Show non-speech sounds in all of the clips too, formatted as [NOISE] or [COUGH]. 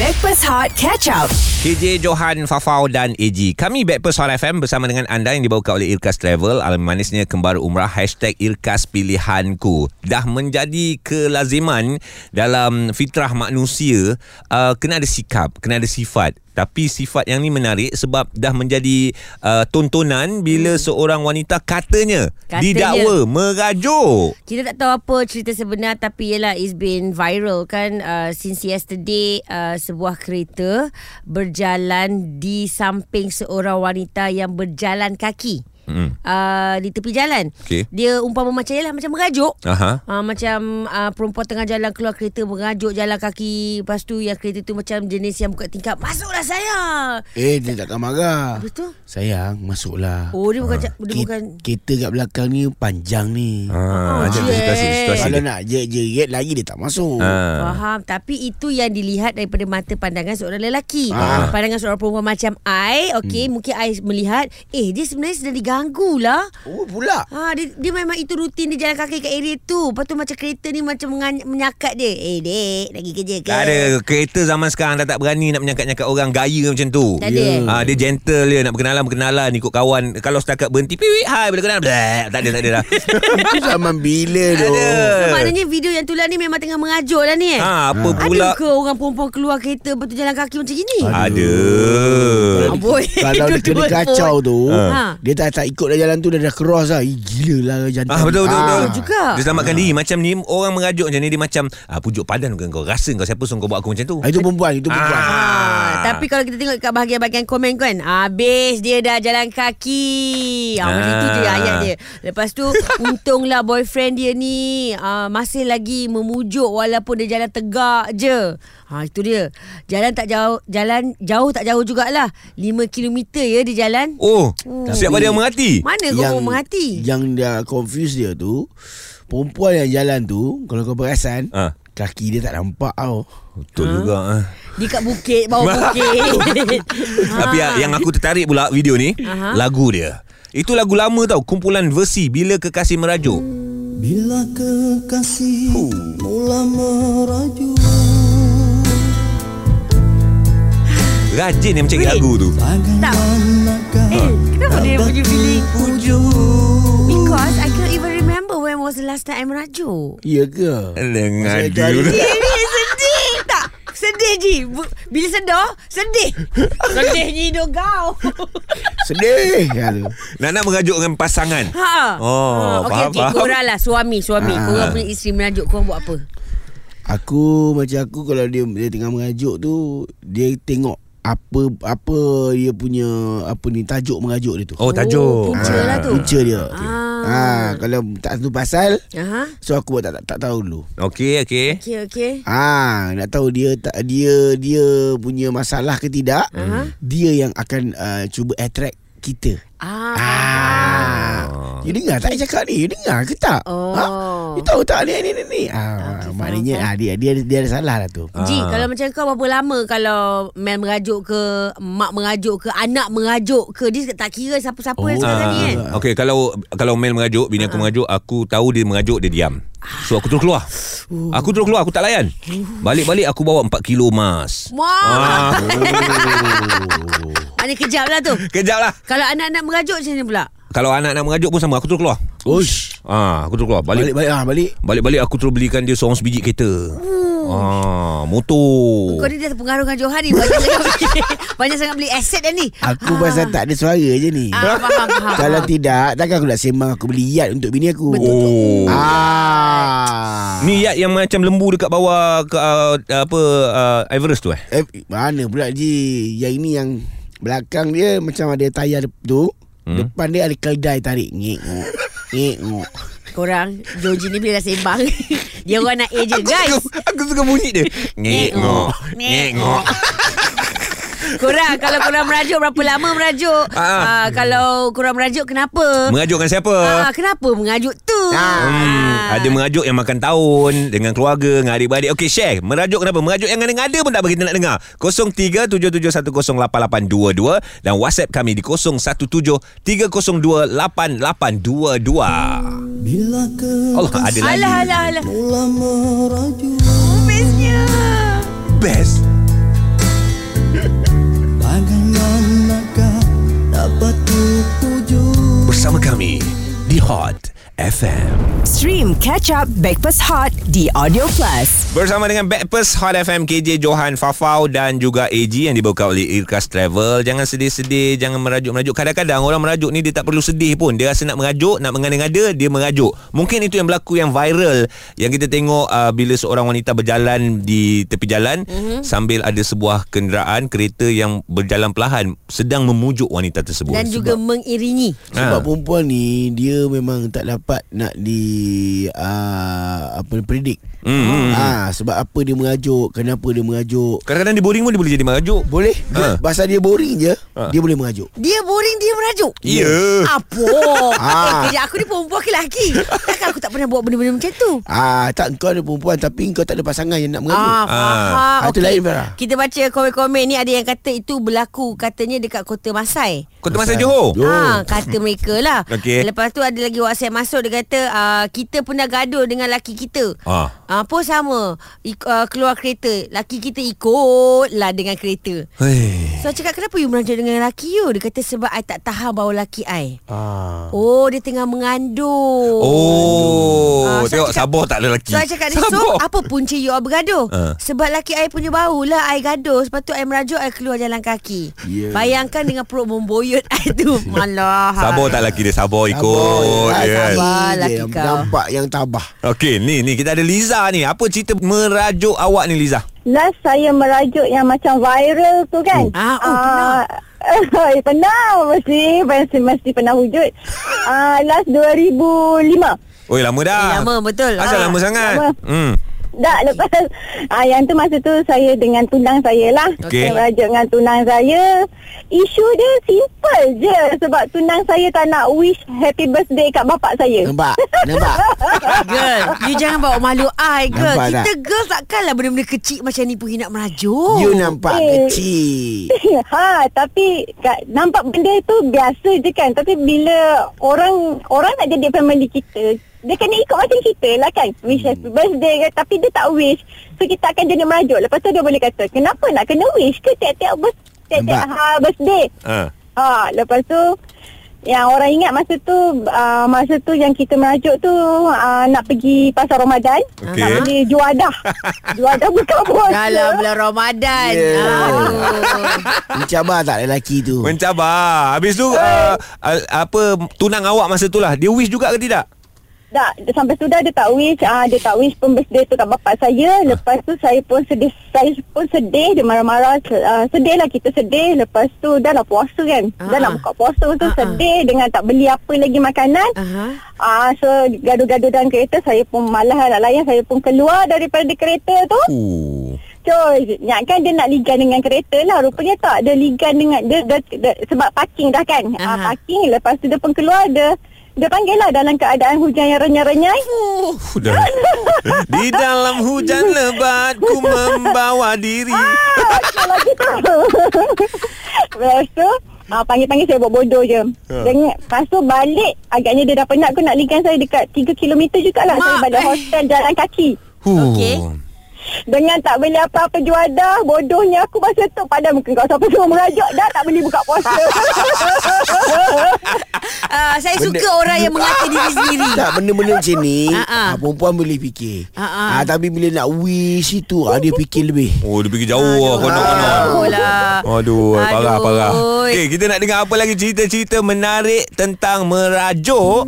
Backpass Hot Catch Up. KJ Johan Fafau dan AG Kami Backpers Hot FM Bersama dengan anda Yang dibawakan oleh Irkas Travel Alam manisnya Kembar Umrah Hashtag Irkas Pilihanku Dah menjadi kelaziman Dalam fitrah manusia uh, Kena ada sikap Kena ada sifat tapi sifat yang ni menarik sebab dah menjadi uh, tontonan bila hmm. seorang wanita katanya, katanya Katanya. didakwa merajuk. Kita tak tahu apa cerita sebenar tapi ialah it's been viral kan uh, since yesterday uh, sebuah kereta berjalan di samping seorang wanita yang berjalan kaki. Mm. Uh, di tepi jalan Okey. Dia umpama macam Yalah macam merajuk Aha. uh, Macam uh, perempuan tengah jalan Keluar kereta merajuk jalan kaki Lepas tu yang kereta tu macam jenis yang buka tingkap Masuklah sayang Eh dia takkan marah Betul Sayang masuklah Oh dia bukan uh, Dia Ke- bukan Kereta kat belakang ni panjang ni Eh, Ha, Ah, yes. ada situasi-situasi. Kalau dia. nak jerit-jerit lagi dia tak masuk Ha. Faham Tapi itu yang dilihat Daripada mata pandangan seorang lelaki Ah. Pandangan seorang perempuan macam I Okay hmm. Mungkin I melihat Eh dia sebenarnya sedang diganggu lah Oh pula Ha, dia, dia memang itu rutin dia jalan kaki kat area tu. Lepas tu macam kereta ni macam mengan- menyakat dia. Eh dek, lagi kerja ke? Tak ada kereta zaman sekarang dah tak berani nak menyangkat-nyangkat orang gaya macam tu. Tak ada, eh? Ah dia gentle dia nak berkenalan berkenalan ikut kawan. Kalau setakat berhenti piwi hai bila kenalan bleh, tak ada tak ada [LAUGHS] dah. Itu zaman bila tu Ada. So, maknanya video yang tu lah ni memang tengah mengajuk lah ni eh. ha apa pula? ada ke orang perempuan keluar kereta lepas tu jalan kaki macam gini? Ada. Amboi. [LAUGHS] Kalau Ah, dia kena Dua-dua kacau tu Ha. Dia tak, tak ikut dah jalan tu Dia dah cross lah Eh gila lah jantan Ah betul betul Ah. betul. juga. Dia selamatkan diri macam ni orang merajuk macam ni dia macam ah, pujuk padan ke kau rasa kau siapa suruh kau buat aku macam tu. Ah, Itu perempuan Itu perempuan Ah, tapi kalau kita tengok kat bahagian-bahagian komen kan Habis dia dah jalan kaki ah, Macam Ah. tu je ayat dia Lepas tu Untunglah boyfriend dia ni ah, Masih lagi memujuk Walaupun dia jalan tegak je ha, Itu dia Jalan tak jauh Jalan jauh tak jauh jugalah 5km ya dia jalan Oh, siapa dia mengerti? Mana kau mau menghati Yang dah confuse dia tu Perempuan yang jalan tu Kalau kau perasan Ah. Kaki dia tak nampak tau Betul juga. ah. Dia kat bukit Bawah bukit Tapi ah, yang aku tertarik pula video ni, Aha. lagu dia. Itu lagu lama tau, kumpulan versi Bila Kekasih Merajuk. Bila kekasih mula merajuk Rajin yang mencari lagu tu. Tak. Eh kenapa dia punya feeling Because I cannot even remember When was the last time I merajuk Ya ke? Dengan Saya cari. dia. Ini sedih tak? Sedih Ji Bu- Bila sedar Sedih Sedihnya hidup kau Sedih ya, tu. Nak nak merajuk dengan pasangan. ha. Oh, okay, faham, okay. faham. Ah. Korang lah suami Suami ha. Korang punya isteri merajuk Korang buat apa Aku macam aku Kalau dia, dia tengah mengajuk tu Dia tengok apa apa dia punya apa ni tajuk mengajuk dia tu. Ah, Oh, tajuk. punca lah tu Punca dia. Ah. Ah. Ha, kalau tak tahu pasal Aha. so aku tak tak, tak tahu dulu. Okey, okey. Okay okay Ah, nak tahu dia tak dia dia punya masalah ke tidak? Aha. Dia yang akan uh, cuba attract kita. Ah, Ah. You dengar tak saya cakap ni? You dengar ke tak? Oh. Ha? You tahu tak ni ni ni? ni? Ah, faham, maknanya ah, dia dia dia ada salah lah tu. Ji, kalau macam kau berapa lama kalau Mel merajuk ke, mak merajuk ke, anak merajuk ke, dia tak kira siapa-siapa yang Ah. Ah, sekarang tadi kan. Okey, kalau kalau Mel merajuk, bini aku merajuk, aku tahu dia merajuk dia diam. So aku terus keluar. Uh. Aku terus keluar, aku tak layan. Balik-balik aku bawa 4 kilo emas. Wah, Ah, [LAUGHS] maknanya kejap lah tu. kejap lah. Kalau anak-anak merajuk macam mana pula? Kalau anak nak merajuk pun sama, aku terus keluar. Ush. Ah, aku terus keluar. Balik Balik balik ah balik. Balik-balik aku terus belikan dia seorang sebiji kereta. Ah, Uh. motor. Kau ni dah terpengaruh dengan Johan ni Banyak sangat beli [LAUGHS] Banyak sangat beli aset dah ni Aku pasal tak ada suara je ni. Ah, faham, faham. [LAUGHS] Kalau tidak, takkan aku nak sembang aku beli yacht untuk bini aku. Oh. Ah. Ni yat yang macam lembu dekat bawah ke, uh, apa uh, Everest tu eh. Eh, mana pula Ji? Yang ini yang belakang dia macam ada tayar dep- tu. Hmm? Depan dia ada kedai tarik. Ngik ngok. Ngik ngok. Korang Joji ni bila dah sembang [LAUGHS] Dia orang nak A je Guys aku suka bunyi [LAUGHS] dia. Ngengok, ngengok. Korang Kalau korang merajuk Berapa lama merajuk Ah. ah. Kalau korang merajuk Kenapa Merajuk dengan siapa? ah, Kenapa mengajuk tu Hmm, ah. ada merajuk yang makan tahun Dengan keluarga Dengan adik-beradik Okey share Merajuk kenapa Merajuk yang ada pun tak apa Kita nak dengar 0377108822 Dan whatsapp kami di 0173028822 bila ke Allah ada lagi Alah alah alah mula merajuk Bestnya Best di Hot FM. Stream Catch Up Backpass Hot di Audio Plus. Bersama dengan Backpast Hot FM KJ Johan Fafau dan juga AG yang dibuka oleh Irkas Travel. Jangan sedih-sedih, jangan merajuk-merajuk. Kadang-kadang orang merajuk ni dia tak perlu sedih pun. Dia rasa nak merajuk, nak mengada-ngada, dia merajuk. Mungkin itu yang berlaku yang viral yang kita tengok uh, bila seorang wanita berjalan di tepi jalan Mhm. mm-hmm. sambil ada sebuah kenderaan kereta yang berjalan perlahan sedang memujuk wanita tersebut. Dan juga mengiringi. Sebab Ha. perempuan ni dia memang tak dapat nak di uh, apa ni, predict. Hmm, hmm, Ah sebab apa dia merajuk, kenapa dia merajuk. Kadang-kadang dia boring pun dia boleh jadi merajuk. Boleh? Ha. Dia, Pasal dia boring je, Ha. dia boleh merajuk. Dia boring dia merajuk Ya. Apa Ah. Kerja aku ni perempuan ke lelaki Takkan aku tak pernah buat benda-benda macam tu Ah tak kau ada perempuan tapi kau tak ada pasangan yang nak merajuk. Ah, faham. Ah, itu Okey. lain, Farah. Kita baca komen-komen ni ada yang kata itu berlaku katanya dekat Kota Masai. Kota Masa Johor. Johor. Ha, kata mereka lah Okey. Lepas tu ada lagi WhatsApp masuk Dia kata uh, Kita pernah gaduh dengan laki kita Ah. uh, Pun sama I, uh, Keluar kereta Laki kita ikutlah dengan kereta Hei. So I cakap kenapa you merajuk dengan laki you Dia kata sebab I tak tahan bau laki I Ah. Oh dia tengah mengandung Oh, Ah, oh so tengok I cakap- sabar tak ada lelaki. So I cakap dia Sabar. So apa punca you all bergaduh Ah. uh. Sebab laki I punya bau lah I gaduh Lepas tu I merajuk I keluar jalan kaki Yeah. Bayangkan dengan perut memboyot I tu [LAUGHS] Malah Sabar tak lelaki dia sabar ikut. Sabar, ya kan? sabar. laki Dia kau. Nampak yang tabah. Okey, ni ni kita ada Liza ni. Apa cerita merajuk awak ni Liza? Last saya merajuk yang macam viral tu kan. Ah, oh, pernah. [LAUGHS] pernah mesti mesti mesti pernah wujud. Ah, last 2005. Oi, lama dah. Eh, Lama Ah, betul Ah. Asal lama sangat? lama. Hmm. Dah lepas ah, yang tu masa tu saya dengan tunang saya lah. Okey. Saya merajuk dengan tunang saya. Isu dia simple je sebab tunang saya tak nak wish happy birthday kat bapak saya. Nampak? Nampak? Girl You jangan bawa malu I girl Nampak Kita tak? girl takkanlah Benda-benda kecil macam ni pun You nak merajuk You nampak Eh. kecil. [LAUGHS] ha tapi kat, nampak benda tu biasa je kan tapi bila orang orang nak jadi family kita dia kena ikut macam kita lah kan wish happy birthday ke tapi dia tak wish so kita akan jadi merajuk lepas tu dia boleh kata kenapa nak kena wish ke tiap-tiap bers- tiap-tiap Nampak? ha, birthday Ha. ha lepas tu yang orang ingat masa tu uh, masa tu yang kita merajuk tu uh, nak pergi pasar Ramadan Okey. nak beli juadah juadah buka puasa Dalam bulan Ramadan Yeah. yeah. Mencabar tak lelaki tu? Mencabar. Habis tu uh, al- apa tunang awak masa tu lah. Dia wish juga ke tidak? Tak, dia- sampai sudah dia tak wish ah dia tak wish pun birthday tu kat bapak Ah. saya. Lepas tu saya pun sedih, saya pun sedih dia marah-marah. Uh, sedih lah kita sedih. Lepas tu dah lah puasa kan. uh Dah Ah. nak buka puasa tu Ah, ah. sedih dengan tak beli apa lagi makanan. Aha. Ah so gaduh-gaduh dalam kereta saya pun malah nak layan saya pun keluar daripada kereta tu. Uh. Cuy, ingatkan dia nak ligan dengan kereta lah. Rupanya tak. Dia ligan dengan dia, dia, dia sebab parking dah kan. Ah Aha. parking lepas tu dia pun keluar dia dia panggil lah dalam keadaan hujan yang renyai-renyai. Uh, [LAUGHS] dah. Di dalam hujan lebat ku membawa diri. Ah. [LAUGHS] Lepas tu uh, Panggil-panggil saya buat bodoh je Ha. ha. Dengan, Lepas tu balik Agaknya dia dah penat Aku nak ligan saya dekat 3 km jugalah Mak, Saya balik eh. hostel jalan kaki Huh. Okey. Dengan tak beli apa-apa juadah Bodohnya aku masa tu Padahal muka kau siapa semua merajuk Dah tak beli buka puasa Uh, saya Benda- suka orang yang mengata [LAUGHS] diri sendiri Tak benda-benda macam [LAUGHS] ni Ha, ha. ah, Perempuan boleh fikir Ha, ha. ah, Tapi bila nak wish itu ah, Dia fikir lebih Oh, dia pergi Ah, jauh lah konon-konon. Aduh lah. [LAUGHS] Aduh, Aduh. parah parah. Aduh. Okey, kita nak dengar apa lagi cerita-cerita menarik tentang merajuk.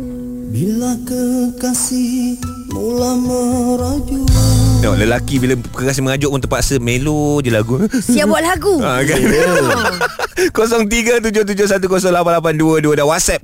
Bila kekasih mula merajuk Tengok lelaki bila kerasa mengajuk pun terpaksa melo je lagu. [LAUGHS] Siap buat lagu Ha, kan? [LAUGHS] 0377108822 dan WhatsApp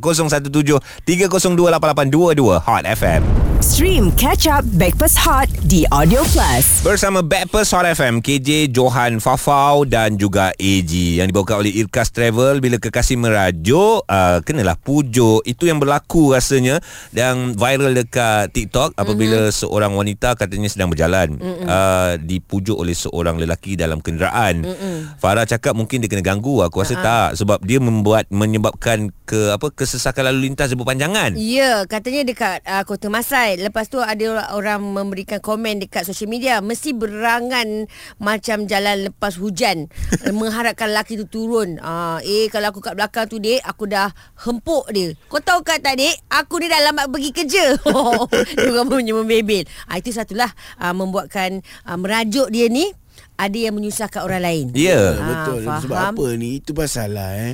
0173028822 Hot FM. Stream Catch Up Backpass Hot di Audio Plus. Bersama Backpast Hot FM KJ Johan Fafau dan juga AG yang dibawa oleh Irkas Travel bila kekasih merajuk uh, kenalah pujuk itu yang berlaku rasanya yang viral dekat TikTok apabila mm-hmm. seorang wanita katanya sedang berjalan uh, dipujuk oleh seorang lelaki dalam kenderaan mm-hmm. Farah cakap mungkin dia kena ganggu aku rasa uh-huh. tak sebab dia membuat menyebabkan ke apa kesesakan lalu lintas dia berpanjangan Ya, katanya dekat uh, Kota Masai website lepas tu ada or- orang memberikan komen dekat social media mesti berangan macam jalan lepas hujan mengharapkan laki tu turun ah eh kalau aku kat belakang tu dik aku dah hempuk dia kau tahu kat tak dik aku ni dah lambat pergi kerja [LAUGHS] dia orang punya membebel ah itu satulah ah, membuatkan ah, merajuk dia ni ada yang menyusahkan orang lain Ya. Ah, Betul Sebab faham. apa ni Itu pasal lah eh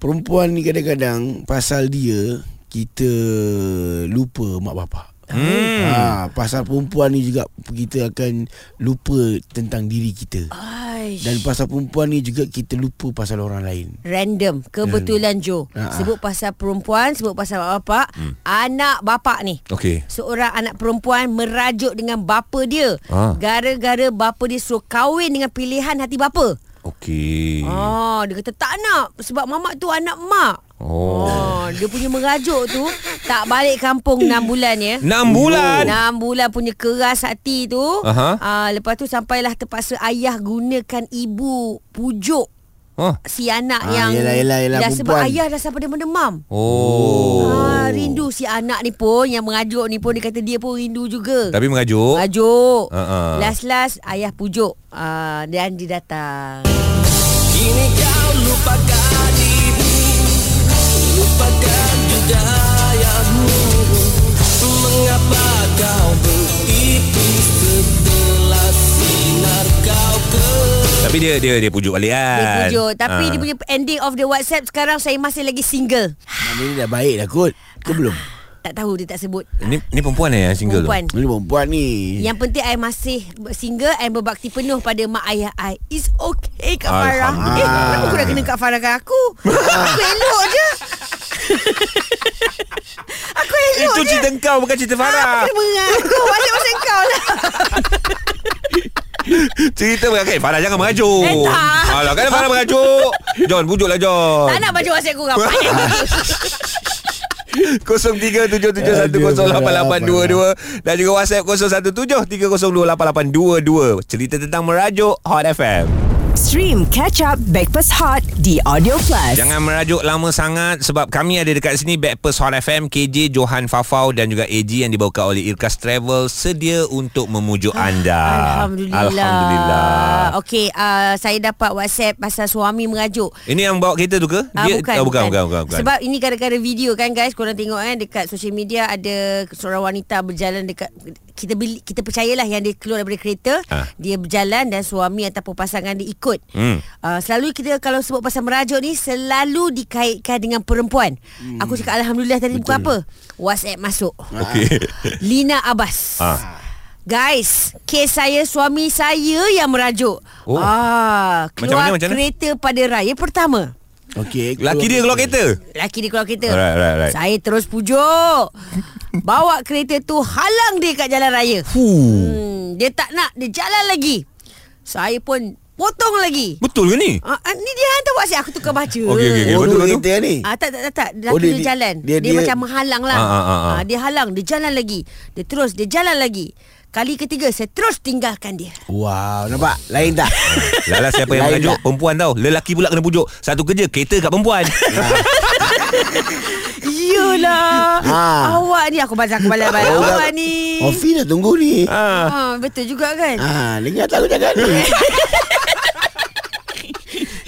Perempuan ni kadang-kadang Pasal dia Kita Lupa mak bapak Hmm. Ha, pasal perempuan ni juga kita akan lupa tentang diri kita. Ah, Aish. Dan pasal perempuan ni juga kita lupa pasal orang lain. Random Kebetulan Jo Ah, Ha, ha. Sebut pasal perempuan Sebut pasal mak bapak hmm. Anak bapak ni Okey. Seorang anak perempuan Merajuk dengan bapa dia Ah. Gara-gara bapa dia Suruh kahwin dengan pilihan hati bapa Okey. Oh, dia kata tak nak sebab mamak tu anak mak. Oh. oh dia punya merajuk tu tak balik kampung 6 bulan ya. Enam bulan. 6 bulan punya keras hati tu. Aha. Ah, lepas tu sampailah terpaksa ayah gunakan ibu pujuk Huh. si anak Ah, yang yelah, yelah, yelah, dah sebab perempuan. ayah dah sampai dia mendemam. Oh. Ah, rindu si anak ni pun yang mengajuk ni pun dia kata dia pun rindu juga. Tapi mengajuk. Ajuk. Ha, ha. Uh-uh. Last-last ayah pujuk uh, dan dia datang. Tapi dia dia dia pujuk balik kan. Dia pujuk Tapi Ah. dia punya ending of the WhatsApp Sekarang saya masih lagi single Mana ni dah baik dah kot. Ke belum? Tak tahu dia tak sebut Ni, ni perempuan eh yang single Perempuan tu? Mana perempuan ni? Yang penting I masih single I berbakti penuh pada mak ayah I It's okay Kak Farah Eh Alhamdulillah. kenapa aku dah kena Kak Farah kat [LAUGHS] aku Aku elok je Aku elok Itu je cerita kau bukan cerita Ah, Farah. Aku kena mengaku Masuk-masuk kau lah cerita berkait Farah jangan mengajuk. Eh, tak. Alah kan Farah mengajuk. John bujuklah John. Tak nak baca WhatsApp korang Banyak bagus 0377108822 dan juga WhatsApp 0173028822. Cerita tentang merajuk Hot FM. Stream Catch Up Backpass Hot di Audio Plus. Jangan merajuk lama sangat sebab kami ada dekat sini Backpast Hot FM KJ Johan Fafau dan juga AG yang dibawakan oleh Irkas Travel sedia untuk memujuk anda. Ah, Alhamdulillah Ah, Alhamdulillah. Okey uh, Saya dapat WhatsApp Pasal suami mengajuk Ini yang bawa kereta tu ke? Ah, bukan, oh, bukan, bukan, bukan, bukan. Sebab ini gara-gara video kan guys Korang tengok kan Dekat social media Ada seorang wanita berjalan dekat Kita beli, kita percayalah Yang dia keluar daripada kereta Ah. Dia berjalan Dan suami ataupun pasangan dia ikut Hmm. uh, Selalu kita Kalau sebut pasal merajuk ni Selalu dikaitkan dengan perempuan hmm. Aku cakap Alhamdulillah tadi bukan apa Whatsapp masuk [LAUGHS] Okey. Lina Abbas Ah. Guys, kes saya suami saya yang merajuk. Oh. Ah, keluar Macam mana, macam mana? kereta pada raya pertama. Okey. Laki dia keluar kereta. Laki dia keluar kereta Alright, alright, alright. Saya terus pujuk Bawa kereta tu Halang dia kat jalan raya Oh, hmm, Dia tak nak Dia jalan lagi Saya pun Potong lagi Betul ke ni? ah, ah, Ni dia hantar WhatsApp Aku tukar baca Okey, okey, okey. Eh, Oh, Betul dua tu? kereta ni. Ah, tak, tak, tak, tak. Laki Oh, oh, dia, dia dia- dia- jalan dia, dia, dia- dia dia- macam menghalang lah Ah, ah, ah, ah. Ah, Dia halang Dia jalan lagi Dia terus Dia jalan lagi Kali ketiga Saya terus tinggalkan dia Wow, nampak? Lain [LAUGHS] tak? Lala siapa yang Lain lah. mengajuk tak? Perempuan tau Lelaki pula kena pujuk Satu kerja Kereta kat perempuan [LAUGHS] Yelah Ah. Awak ni Aku baca aku balik-balik Orang- Awak ni Ofi dah tunggu ni. ha. ah, Betul juga kan Ah, dengar tak aku cakap ni?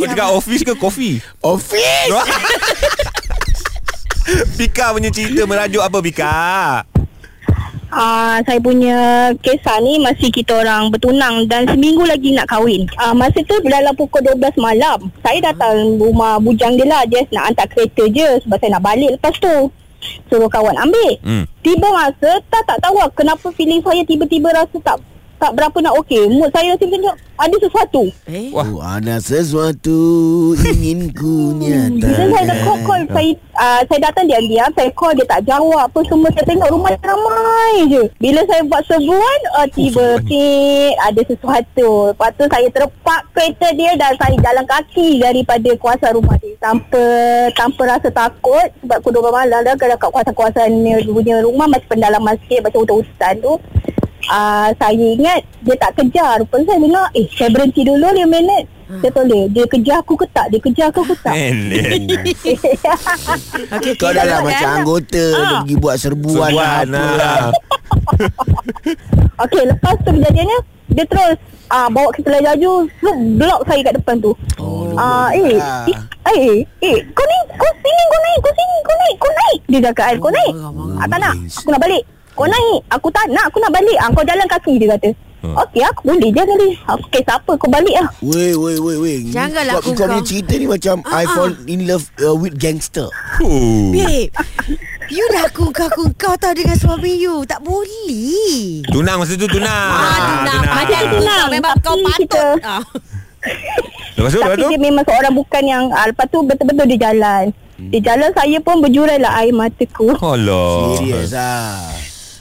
Kau Ya. cakap office ke [LAUGHS] kopi Ofi. Pika punya cerita Merajuk apa Pika Ah, saya punya kisah ni masih kita orang bertunang dan seminggu lagi nak kahwin. Ah, masa tu dalam pukul 12 malam, saya datang rumah bujang dia lah. Dia nak hantar kereta je sebab saya nak balik lepas tu. Suruh kawan ambil. Hmm. Tiba masa, tak tak tahu lah kenapa feeling saya tiba-tiba rasa tak tak berapa nak okey. Mood saya rasa macam ada sesuatu. Eh Wah. Oh, ada sesuatu ingin ku Bila Hmm. saya dah call, nyatakan. call saya, uh, saya datang diam-diam Saya call dia tak jawab Apa semua Saya tengok rumah dia ramai je Bila saya buat serbuan uh, Tiba tik Ada sesuatu Lepas tu saya terpak kereta dia Dan saya jalan kaki Daripada kuasa rumah dia Tanpa Tanpa rasa takut Sebab aku dua malam dah Kalau kat kuasa-kuasa ni Punya rumah Masih pendalaman sikit Macam hutan-hutan tu uh, saya ingat dia tak kejar. Rupanya saya dengar, eh saya berhenti dulu 5 minit. Saya toleh, dia kejar aku ke tak? Dia kejar aku ke tak? Eleh. Okey, Kau dah lah dah- macam dah- anggota Dia pergi buat serbuan, Serbuan, apa ah. lah. [LAUGHS] Okey, lepas tu kejadiannya dia terus ah bawa ke telah laju, terus block saya kat depan tu. Oh, ah, eh, Ah. eh, eh, eh, kau ni, kau sini, kau naik, kau sini, kau naik, kau naik. Dia cakap, "Ai, kau naik. Ah, tak nak, aku nak balik. Kau naik, aku tak nak, aku nak balik. Ah, kau jalan kaki, dia kata. Hmm. Okey, aku boleh je kali. Okey, tak apa, kau balik lah. Weh weh weh weh Janganlah Kau, aku kau kau. punya cerita ni macam I fall in love uh, with gangster Babe You dah kungkau-kungkau tau dengan suami you Tak boleh Tunang masa tu tunang. Ah, tu nak macam tu lah Memang Tapi kau patut kita- ah. Lepas tu, lepas Tapi tu. dia memang seorang bukan yang ah, Lepas tu betul-betul dia jalan Dia jalan saya pun berjurai lah air mataku Alah. Serius lah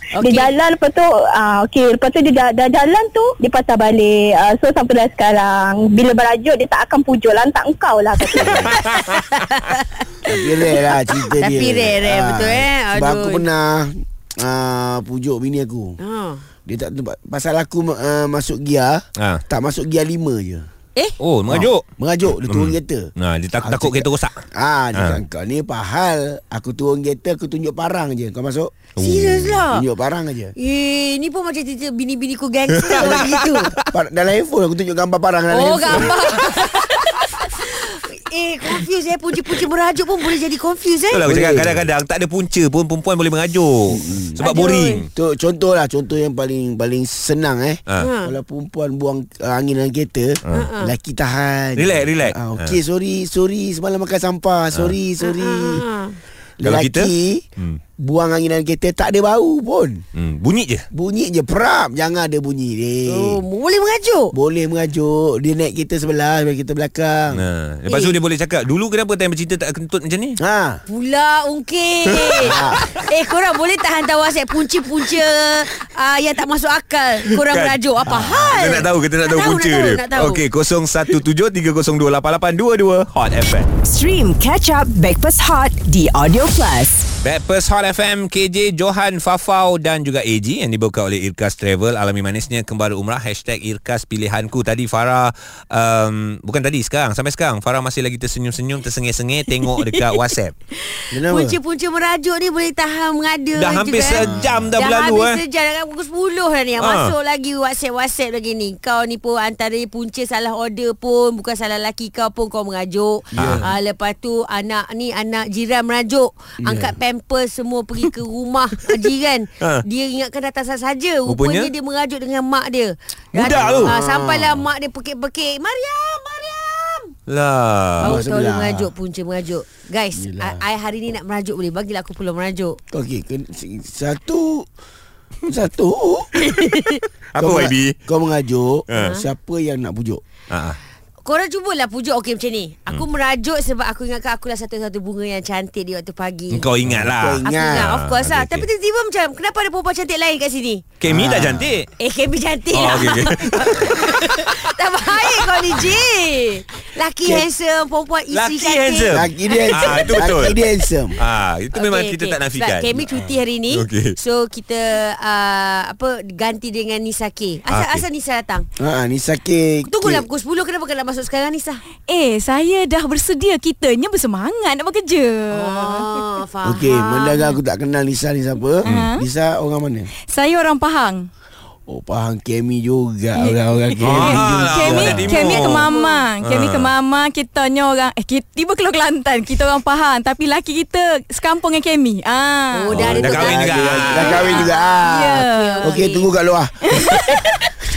Okay. Dia jalan lepas tu ah okey lepas tu dia dah, dah jalan tu dia patah balik. Ah, so sampai dah sekarang bila berajuk dia tak akan pujul lantak engkau lah kata. Tapi rare [LAUGHS] lah cerita dia Tapi rare, rare, Ah, betul, eh? Sebab Aduh. aku pernah uh, Pujuk bini aku Ah. Dia tak tempat Pasal aku uh, masuk gear Ah. Tak masuk gear 5 je Oh, mengajuk. Ah, Mengajuk Dia turun Hmm. kereta Nah, dia tak, Aku takut kereta cakap- rosak. Ah, dia Ah. cakap, kau ni pahal Aku turun kereta Aku tunjuk parang je Kau masuk Serius lah Tunjuk parang je Eh, ni pun macam cerita bini-bini ku [LAUGHS] gangster begitu. Par- Dalam handphone Aku tunjuk gambar parang dalam Oh, handphone gambar. [LAUGHS] eh, confuse eh. Punca-punca merajuk pun boleh jadi confuse eh. Betul lah aku Boleh. cakap kadang-kadang tak ada punca pun perempuan boleh mengajuk. Sebab Aduh. boring. Tu, contoh lah Contoh yang paling Paling senang eh Ah. Ah. Kalau perempuan buang uh, angin dalam kereta uh. Lelaki tahan Ha. Relax, relax. uh, Okay Ah. sorry Sorry semalam makan sampah Sorry sorry Ah. Kalau Lelaki Hmm. Buang angin dalam kereta Tak ada bau pun Hmm, bunyi je. Bunyi je Perap Jangan ada bunyi dia Oh, boleh merajuk. Boleh mengajuk Dia naik kereta sebelah Sebelah kereta belakang Nah, lepas tu dia boleh cakap, "Dulu kenapa time bercinta tak kentut macam ni?" Ha Pula ungkit Eh korang boleh tak hantar whatsapp Punca-punca uh, Yang tak masuk akal Korang Kan? kan. merajuk Apa hal Kita nak tahu, kita nak tahu punca nak tahu, dia. nak tahu. Okey, 0173028822 Hot FM. Stream Catch Up Backpass Hot di Audio Plus. Backpast Hot FM KJ Johan Fafau dan juga AG yang dibuka oleh Irkas Travel alami manisnya kembali umrah hashtag Irkas Pilihanku tadi Farah um, bukan tadi sekarang sampai sekarang Farah masih lagi tersenyum-senyum tersengih-sengih tengok [LAUGHS] dekat WhatsApp Kenapa? Punca-punca merajuk ni Boleh tahan mengada dah je hampir kan? sejam dah, Dah berlalu habis eh sejam Dah pukul 10 dah ni ha. Ah. Masuk lagi whatsapp-whatsapp lagi ni Kau ni pun antara punca salah order pun Bukan salah laki kau pun kau merajuk Ya. yeah. ha, Lepas tu anak ni anak jiran merajuk Ya. yeah. Angkat pampers semua pergi ke rumah [LAUGHS] jiran Ah. Dia ingatkan datang saja Rupanya, Rupanya? dia merajuk dengan mak dia Budak tu. ha, Sampailah mak dia pekik-pekik Mariam, Mariam lah Tahu masa tahu dia belah. merajuk punca merajuk Guys, I, I hari ni nak merajuk boleh Bagilah aku peluang merajuk Okey ken- s- Satu Satu Apa, Kau menga- YB? Kau mengajuk Ah. Siapa yang nak pujuk ha. Korang cubalah pujuk Okey macam ni Aku hmm. merajuk sebab aku ingatkan Akulah satu-satu bunga yang cantik di waktu pagi kau ingat lah Kau Aku ingat. ingat of course lah Ah, okey, okay, Tapi okey. tiba-tiba macam Kenapa ada perempuan cantik lain kat sini? Kemi tak cantik Eh Kemi cantik Oh, lah okey, [LAUGHS] okey. [LAUGHS] Tak baik kau ni J Laki handsome Perempuan isteri Laki cantik handsome. Laki dia handsome Ah, itu betul. Laki dia handsome Ah, itu Okey, memang kita okey. tak nafikan Sebab Kemi cuti hari ni Okey. So kita uh, apa Ganti dengan Nisa K Asal, Ah, okey. asal Nisa datang? Ha, ni sakit Tunggulah pukul 10 Kenapa kau nak masuk sekarang Nisa? [LAUGHS] Eh, saya dah bersedia. Kitanya bersemangat nak bekerja. Oh, faham Okey, mandaga aku tak kenal Nisa ni siapa. Hmm. Nisa orang mana? Saya orang Pahang. Oh, Pahang Kemi juga. Orang-orang Kemi Ah, juga. lah, Kami, orang Timur. kami ke mama. Kami Ah. ke mama. Kitanya orang... Eh, kita, tiba keluar Kelantan. Kita orang Pahang. Tapi laki kita sekampung dengan kami. Ah. Oh, dah ada dah tu kahwin kan? juga. Dah, dah kahwin juga. Ah. Ya. Okey, tunggu kat luar.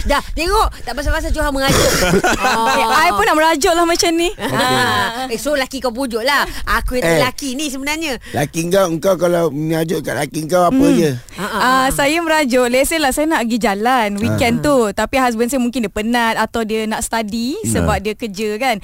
Dah, tengok tak pasal-pasal Johan mengajuk. Eh, oh. I pun nak merajuk lah macam ni. Ah. Eh, so laki kau pujuk lah. Aku yang Eh. eh. laki ni sebenarnya. Laki kau, engkau kalau mengajuk kat laki kau apa Hmm. je. Ah, saya merajuk Let's say lah Saya nak pergi jalan Weekend tu Tapi husband saya mungkin dia penat Atau dia nak study Sebab dia kerja kan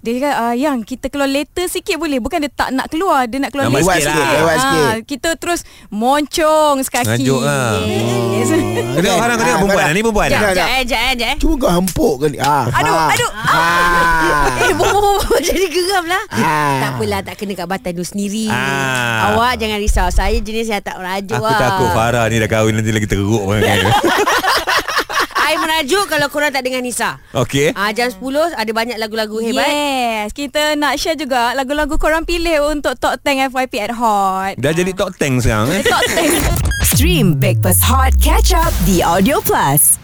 Dia cakap ah, Yang kita keluar later sikit boleh Bukan dia tak nak keluar Dia nak keluar Lambat later Ah, sikit lah. Lewat sikit. Ah, Kita terus moncong sekaki Ngajuk lah. Yes. Ah, Kena kan? orang kena Ah, perempuan lah. kau dah- Ni perempuan Jap. Sekejap eh, sekejap eh, sekejap eh. Cuba kau hempuk kan ah, Aduh, ah. aduh. ah. Eh, bomoh-bomoh jadi geram lah. Ah. Tak apalah, tak kena kat batas dulu sendiri. Ah. Awak jangan risau. Saya jenis yang tak merajuk Aku lah. takut Farah ni dah kahwin Nanti lagi [LAUGHS] teruk I merajuk kalau korang tak dengar Nisa. Okay Ah, jam 10 ada banyak lagu-lagu Eh, hebat. Yes Kita nak share juga Lagu-lagu korang pilih Untuk Top 10 FYP at Hot Dah jadi top 10 sekarang eh Top 10 Stream Breakfast Hot Catch Up The Audio Plus.